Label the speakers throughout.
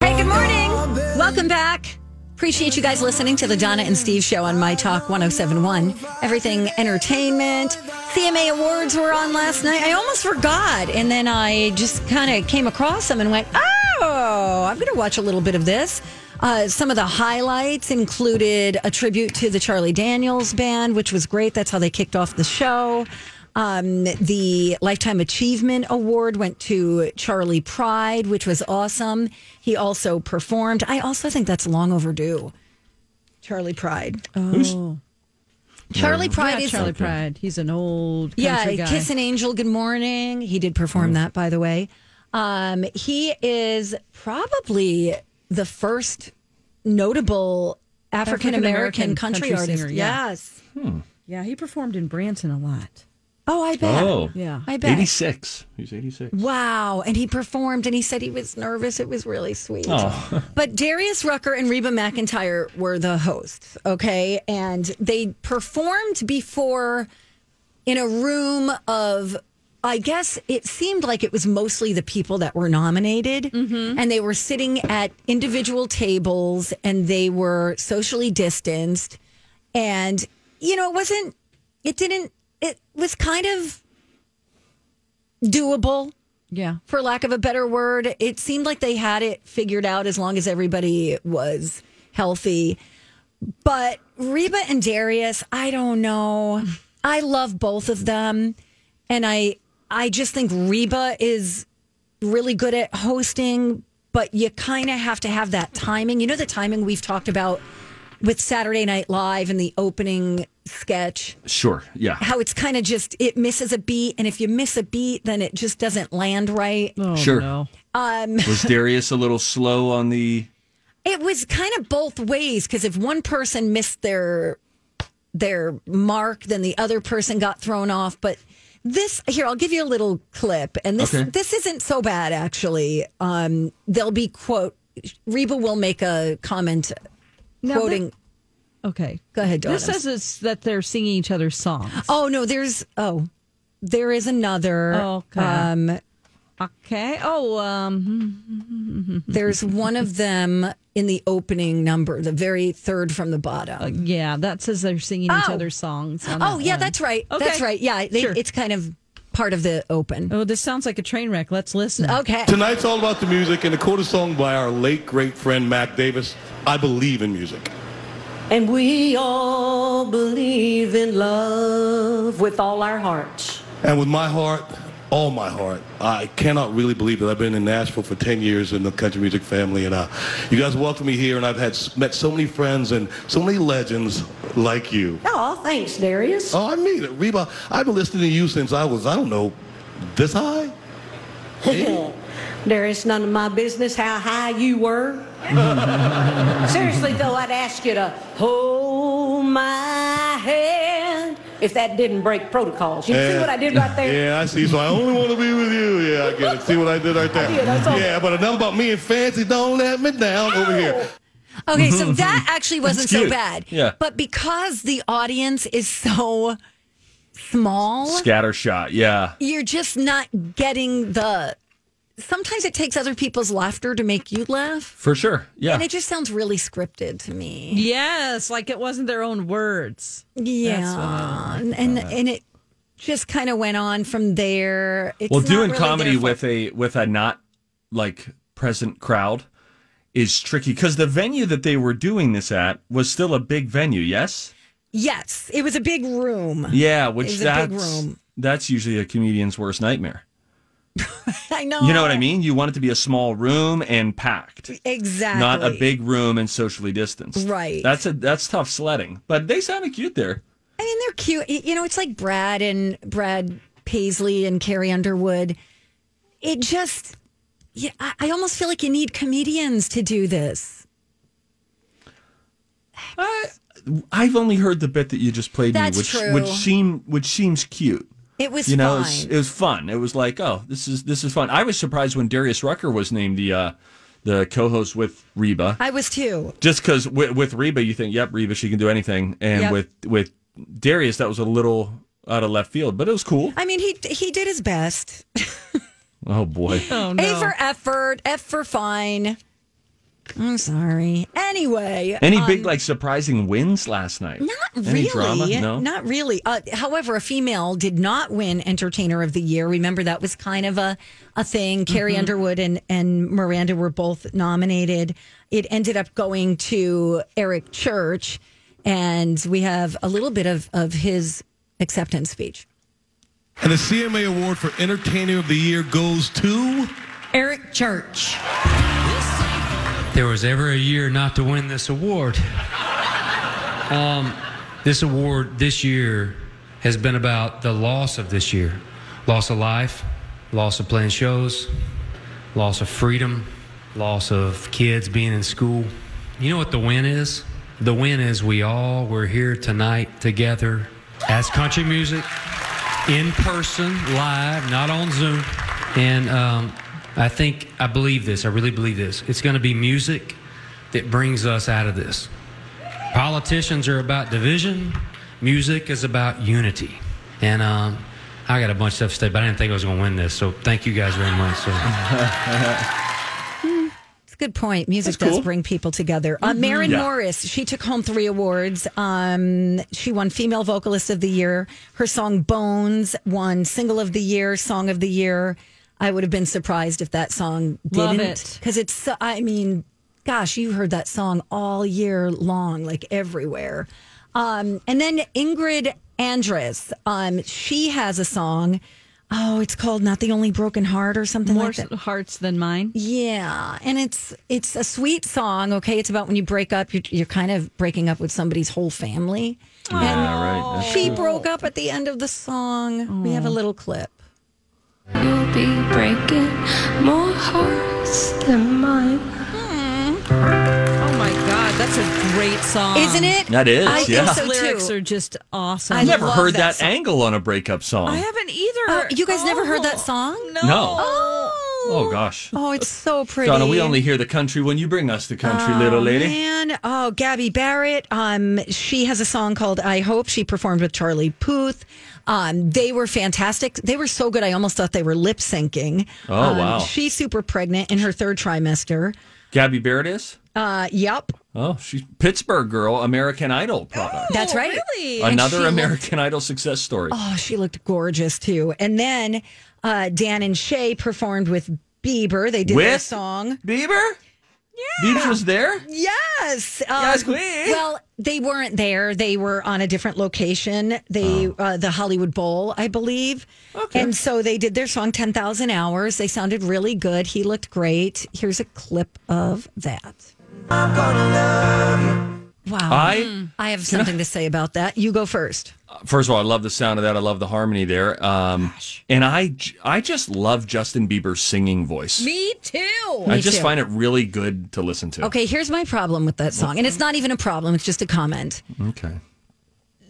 Speaker 1: Hey, good morning. Welcome back. Appreciate you guys listening to the Donna and Steve show on My Talk 1071. Everything entertainment. CMA Awards were on last night. I almost forgot. And then I just kind of came across them and went, oh, I'm going to watch a little bit of this. Uh, some of the highlights included a tribute to the Charlie Daniels Band, which was great. That's how they kicked off the show. Um, the Lifetime Achievement Award went to Charlie Pride, which was awesome. He also performed. I also think that's long overdue. Charlie Pride.
Speaker 2: Who's-
Speaker 1: Charlie Pride
Speaker 3: Oh. Yeah,
Speaker 1: is
Speaker 3: Charlie Pride. He's an old
Speaker 1: yeah,
Speaker 3: country guy. Mm.
Speaker 1: Kiss an Angel, Good Morning. He did perform that, by the way. Um, he is probably the first notable African American
Speaker 3: African-American
Speaker 1: country,
Speaker 3: country
Speaker 1: artist.
Speaker 3: singer, yeah.
Speaker 1: Yes.
Speaker 3: yeah, he performed in Branson a lot.
Speaker 1: Oh, I bet.
Speaker 2: Oh,
Speaker 3: Yeah.
Speaker 1: I bet.
Speaker 2: 86. He's 86.
Speaker 1: Wow. And he performed and he said he was nervous. It was really sweet. But Darius Rucker and Reba McIntyre were the hosts, okay? And they performed before in a room of, I guess it seemed like it was mostly the people that were nominated. And they were sitting at individual tables and they were socially distanced. And, you know, it wasn't, it didn't, it was kind of doable
Speaker 3: Yeah.
Speaker 1: for lack of a better word. It seemed like they had it figured out as long as everybody was healthy. But Reba and Darius, I don't know. I love both of them. And I I just think Reba is really good at hosting, but you kind of have to have that timing. You know the timing we've talked about with Saturday Night Live and the opening sketch
Speaker 2: Sure. Yeah.
Speaker 1: how it's kind of just it misses a beat and if you miss a beat then it just doesn't land right
Speaker 3: Oh,
Speaker 2: Sure.
Speaker 3: No.
Speaker 1: um
Speaker 2: Was Darius a little slow on the.
Speaker 1: it was kind of both ways because if one person missed their their mark then the other person got thrown off but this here i'll give you a little clip and this
Speaker 2: Okay.
Speaker 1: this isn't so bad actually um they'll be quote reba will make a comment
Speaker 3: Now
Speaker 1: quoting
Speaker 3: Okay.
Speaker 1: go ahead Donna.
Speaker 3: This says it's that they're singing each other's songs.
Speaker 1: oh no there's oh there is another
Speaker 3: Okay.
Speaker 1: um
Speaker 3: Okay. Oh, um,
Speaker 1: There's one of them in the opening number, the very third from the bottom.
Speaker 3: yeah. That says they're singing each
Speaker 1: Oh.
Speaker 3: other's songs. on
Speaker 1: Oh,
Speaker 3: that
Speaker 1: yeah,
Speaker 3: one.
Speaker 1: that's right.
Speaker 3: Okay.
Speaker 1: That's right. Yeah, they,
Speaker 3: Sure.
Speaker 1: it's kind of part of the open.
Speaker 3: Oh, this sounds like a train wreck. Let's listen.
Speaker 2: Oh.
Speaker 1: Okay.
Speaker 4: Tonight's all about the music and a quarter song by our late great friend Mac Davis. I believe in music.
Speaker 5: And we all believe in love with all our hearts.
Speaker 4: And with my heart, all my heart, I cannot really believe that I've been in Nashville for 10 years in the country music family. And uh, you guys welcome me here, and I've had met so many friends and so many legends like you.
Speaker 5: Oh, thanks, Darius.
Speaker 4: Oh, I mean it, Reba. I've been listening to you since I was, I don't know, this high?
Speaker 5: Darius, none of my business how high you were. Seriously, though, I'd ask you to hold my hand if that didn't break protocols. You see what I did right there?
Speaker 4: Yeah, I see. So I only want to be with you. Yeah, I get it. See what I did right there.
Speaker 5: did, that's all.
Speaker 4: yeah, but enough about me and Fancy. Don't let me down over here.
Speaker 1: Okay, so that actually wasn't
Speaker 2: That's
Speaker 1: so
Speaker 2: cute.
Speaker 1: bad.
Speaker 2: Yeah.
Speaker 1: But because the audience is so small,
Speaker 2: Scattershot. Yeah.
Speaker 1: you're just not getting the. Sometimes it takes other people's laughter to make you laugh.
Speaker 2: For sure. Yeah.
Speaker 1: And it just sounds really scripted to me.
Speaker 3: Yes. Like it wasn't their own words.
Speaker 1: Yeah. And and, and it just kind of went on from there. It's
Speaker 2: well
Speaker 1: not
Speaker 2: doing
Speaker 1: really
Speaker 2: comedy
Speaker 1: their fault.
Speaker 2: with a with a not like present crowd is tricky because the venue that they were doing this at was still a big venue. Yes.
Speaker 1: Yes, it was a big room.
Speaker 2: Yeah,
Speaker 1: It
Speaker 2: which
Speaker 1: was a big
Speaker 2: that's
Speaker 1: room.
Speaker 2: that's usually a comedian's worst nightmare.
Speaker 1: I know.
Speaker 2: You know what I mean? You want it to be a small room and packed,
Speaker 1: Exactly.
Speaker 2: not a big room and socially distanced.
Speaker 1: Right.
Speaker 2: That's a that's tough sledding, but they sounded cute there.
Speaker 1: I mean, they're cute. Y- You know, it's like Brad and Brad Paisley and Carrie Underwood. It just, yeah, I, I almost feel like you need comedians to do this.
Speaker 2: I, I've only heard the bit that you just played
Speaker 1: That's
Speaker 2: me, which
Speaker 1: true.
Speaker 2: which seem which seems cute.
Speaker 1: It was
Speaker 2: you know,
Speaker 1: fine.
Speaker 2: it was, it was fun. It was like, oh, this is this is fun. I was surprised when Darius Rucker was named the uh, the co-host with Reba,
Speaker 1: I was too.
Speaker 2: just because with, with Reba you think, yep, Reba, she can do anything, and
Speaker 1: Yep.
Speaker 2: with with Darius that was a little out of left field, but it was cool.
Speaker 1: I mean, he he did his best.
Speaker 2: Oh boy,
Speaker 3: Oh
Speaker 1: A
Speaker 3: no.
Speaker 1: for effort, F for fine. I'm sorry. Anyway,
Speaker 2: any big like surprising wins last night?
Speaker 1: um, Not
Speaker 2: any
Speaker 1: really.
Speaker 2: drama? No,
Speaker 1: Not really. Uh, however, a female did not win Entertainer of the Year. Remember, that was kind of a, a thing.
Speaker 2: Mm-hmm.
Speaker 1: Carrie Underwood and, and Miranda were both nominated. It ended up going to Eric Church, and we have a little bit of, of his acceptance speech.
Speaker 4: And the CMA Award for Entertainer of the Year goes to.
Speaker 6: Eric Church.
Speaker 7: there was ever a year not to win this award. Um, this award this year has been about the loss of this year loss of life, loss of playing shows, loss of freedom, loss of kids being in school. You know what the win is? The win is we all were here tonight together as country music in person, live, not on Zoom. And um, I think, I believe this, I really believe this. It's going to be music that brings us out of this. Politicians are about division, music is about unity. And um, I got a bunch of stuff to say, but I didn't think I was going to win this. So thank you guys very much. So.
Speaker 1: It's a good point. Music does
Speaker 2: That's cool.
Speaker 1: bring people together. Uh, Maren
Speaker 2: Yeah.
Speaker 1: Morris, she took home three awards. Um, she won Female Vocalist of the Year. Her song Bones won Single of the Year, Song of the Year. I would have been surprised if that song
Speaker 3: Love
Speaker 1: didn't.
Speaker 3: it.
Speaker 1: Because it's, so- I mean, gosh, you heard that song all year long, like everywhere. Um, and then Ingrid Andress, um, she has a song. Oh, it's called Not the Only Broken Heart or something
Speaker 3: More
Speaker 1: like that.
Speaker 3: s- hearts than mine.
Speaker 1: Yeah, and it's it's a sweet song. Okay, it's about when you break up, you're, you're kind of breaking up with somebody's whole family.
Speaker 2: yeah, right. That's
Speaker 1: She broke up at the end of the song. We have a little clip.
Speaker 8: You'll be breaking more hearts than mine.
Speaker 3: Oh my god, that's a great song.
Speaker 1: Isn't it?
Speaker 2: That is,
Speaker 1: I
Speaker 2: yeah.
Speaker 1: think so
Speaker 3: lyrics
Speaker 1: too.
Speaker 3: are just awesome.
Speaker 1: I
Speaker 2: Never
Speaker 1: love
Speaker 2: heard
Speaker 1: that
Speaker 2: that,
Speaker 1: song.
Speaker 2: angle on a breakup song.
Speaker 3: I haven't either.
Speaker 1: Oh, you guys never heard that song?
Speaker 3: No.
Speaker 2: No.
Speaker 1: Oh.
Speaker 2: Oh gosh.
Speaker 1: Oh, it's so pretty. Um,
Speaker 2: Donna, we only hear the country when you bring us the country, little lady.
Speaker 1: Man, oh, Gabby Barrett. Um, she has a song called "I Hope." She performed with Charlie Puth. Um, they were fantastic. They were so good. I almost thought they were lip syncing.
Speaker 2: Oh,
Speaker 1: Um,
Speaker 2: wow.
Speaker 1: She's super pregnant in her third trimester.
Speaker 2: Gabby Barrett is?
Speaker 1: Uh, yep,
Speaker 2: Oh, she's Pittsburgh girl, American Idol product.
Speaker 1: that's right. And
Speaker 3: Really?
Speaker 1: she
Speaker 2: Oh, Another
Speaker 1: looked-
Speaker 2: American Idol success story.
Speaker 1: oh, she looked gorgeous too. And then uh, Dan and Shay performed with Bieber. They did their
Speaker 2: With?
Speaker 1: song.
Speaker 2: Bieber? Yeah. Biebs was there?
Speaker 1: Yes. Um,
Speaker 2: Yes, queen.
Speaker 1: Well, they weren't there. They were on a different location. They
Speaker 2: Oh.
Speaker 1: uh, the Hollywood Bowl, I believe. Okay. And so they did their song 10,000 Hours. They sounded really good. He looked great. Here's a clip of that. Wow. Hmm.
Speaker 2: I
Speaker 1: I have something to say about that. You go first.
Speaker 2: first of all, I love the sound of that. I love the harmony there. Um and I j- I just love Justin Bieber's singing voice.
Speaker 3: Me too.
Speaker 2: I
Speaker 1: Me
Speaker 2: just
Speaker 1: too.
Speaker 2: find it really good to listen to.
Speaker 1: Okay, here's my problem with that song. And it's not even a problem, it's just a comment.
Speaker 2: Okay.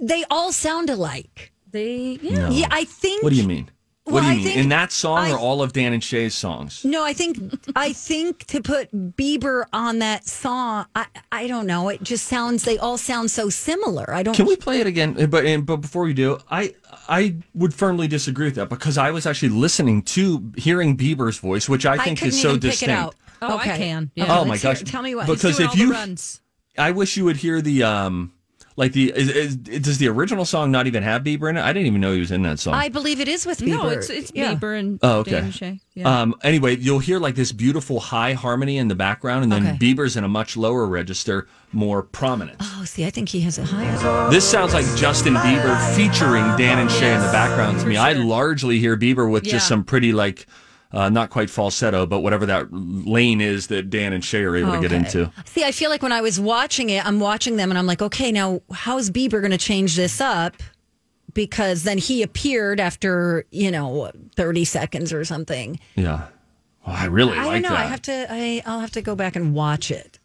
Speaker 1: They all sound alike.
Speaker 3: They
Speaker 2: No.
Speaker 1: Yeah, I think
Speaker 2: What do you mean? what
Speaker 1: Well,
Speaker 2: do you
Speaker 1: I
Speaker 2: mean?
Speaker 1: think
Speaker 2: In that song
Speaker 1: I-
Speaker 2: or all of Dan and Shay's songs?
Speaker 1: No, I think I think to put Bieber on that song, I I don't know. It just sounds they all sound so similar. I don't.
Speaker 2: Can we play it again? Uh, But and, but before we do, I I would firmly disagree with that because I was actually listening to hearing Bieber's voice, which I
Speaker 1: I
Speaker 2: think
Speaker 1: couldn't
Speaker 2: is so
Speaker 1: even
Speaker 2: distinct.
Speaker 1: pick it out.
Speaker 3: Oh, I can.
Speaker 1: Okay,
Speaker 3: Yeah.
Speaker 2: Oh my
Speaker 1: let's hear
Speaker 2: gosh.
Speaker 1: it. Tell me what.
Speaker 2: Because
Speaker 3: Doing
Speaker 2: if
Speaker 3: all the
Speaker 2: you-
Speaker 3: runs.
Speaker 2: I wish you would hear the um Like the is, is, does the original song not even have Bieber in it? I didn't even know he was in that song.
Speaker 1: I believe it is with Bieber.
Speaker 3: No, it's it's
Speaker 1: Yeah.
Speaker 3: Bieber and
Speaker 2: Oh, okay.
Speaker 3: Dan Shay. Yeah.
Speaker 2: Um, anyway, you'll hear like this beautiful high harmony in the background, and then
Speaker 1: Okay.
Speaker 2: Bieber's in a much lower register, more prominent.
Speaker 1: Oh, see, I think he has it higher.
Speaker 2: This sounds like Justin Bieber featuring Dan and Shay in the background to me. I largely hear Bieber with
Speaker 3: Yeah.
Speaker 2: just some pretty like. Uh, not quite falsetto, but whatever that lane is that Dan and Shay are able to get
Speaker 1: Okay.
Speaker 2: into.
Speaker 1: See, I feel like when I was watching it, I'm watching them and I'm like, okay, now how's Bieber going to change this up? Because then he appeared after, you know, 30 seconds or something.
Speaker 2: Yeah. Well, I really
Speaker 1: I
Speaker 2: like
Speaker 1: don't know.
Speaker 2: that.
Speaker 1: I have to. I, I'll have to go back and watch it.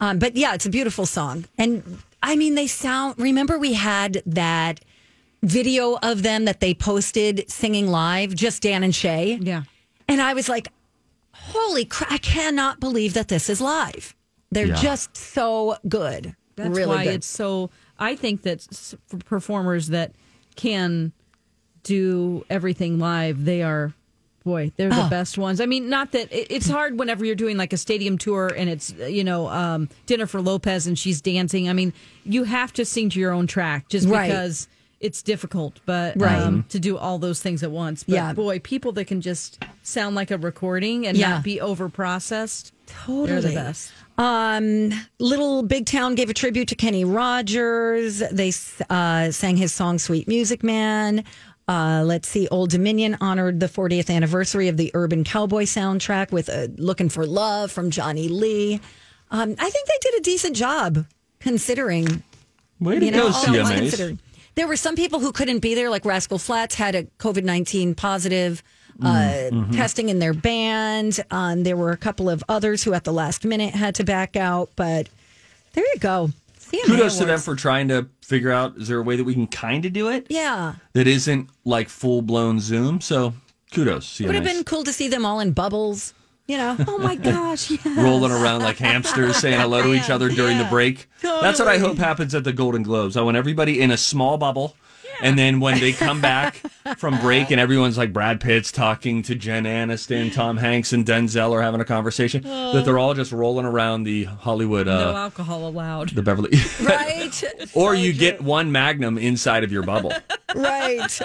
Speaker 1: Um, but yeah, it's a beautiful song, and I mean, they sound. Remember, we had that video of them that they posted singing live, just Dan and Shay.
Speaker 3: Yeah.
Speaker 1: and I was like, "Holy crap! I cannot believe that this is live. They're
Speaker 2: Yeah.
Speaker 1: just so good.
Speaker 3: That's
Speaker 1: really
Speaker 3: why
Speaker 1: good.
Speaker 3: it's so. I think that s- for performers that can do everything live, they are, boy, they're
Speaker 1: Oh.
Speaker 3: the best ones. I mean, not that it, it's hard whenever you're doing like a stadium tour and it's, uh, you know, um, Jennifer Lopez and she's dancing. I mean, you have to sing to your own track just
Speaker 1: Right.
Speaker 3: because it's difficult, but
Speaker 1: Right.
Speaker 3: um, to do all those things at once. But
Speaker 1: Yeah.
Speaker 3: boy, people that can just sound like a recording and
Speaker 1: Yeah.
Speaker 3: not be over processed, they're the
Speaker 1: Totally.
Speaker 3: best.
Speaker 1: Um, Little Big Town gave a tribute to Kenny Rogers. They uh, sang his song "Sweet Music Man." Uh, let's see, Old Dominion honored the 40th anniversary of the Urban Cowboy soundtrack with uh, "Looking for Love" from Johnny Lee. Um, I think they did a decent job considering
Speaker 2: Way to
Speaker 1: you know, oh,
Speaker 2: go,
Speaker 1: all things
Speaker 2: CMAs.
Speaker 1: considered. There were some people who couldn't be there, like Rascal Flats had a COVID 19 positive uh,
Speaker 2: Mm, mm-hmm.
Speaker 1: testing in their band. Um, there were a couple of others who at the last minute had to back out, but there you go. CMA
Speaker 2: Kudos to them
Speaker 1: Awards.
Speaker 2: for trying to figure out is there a way that we can kind of do it
Speaker 1: Yeah.
Speaker 2: that isn't like full blown Zoom. So kudos, CMAs.
Speaker 1: Would have been cool to see them all in bubbles. You know, oh my gosh. Yeah.
Speaker 2: rolling around like hamsters, saying hello to each other during the break. That's what I
Speaker 1: Totally.
Speaker 2: hope happens at the Golden Globes. I want everybody in a small bubble. And then when they come back from break and everyone's like Brad Pitt's talking to Jen Aniston, Tom Hanks and Denzel are having a conversation, that they're all just rolling around the Hollywood,
Speaker 3: No
Speaker 2: uh,
Speaker 3: alcohol allowed.
Speaker 2: the Beverly.
Speaker 1: Right.
Speaker 2: or you get one magnum inside of your bubble.
Speaker 1: Right.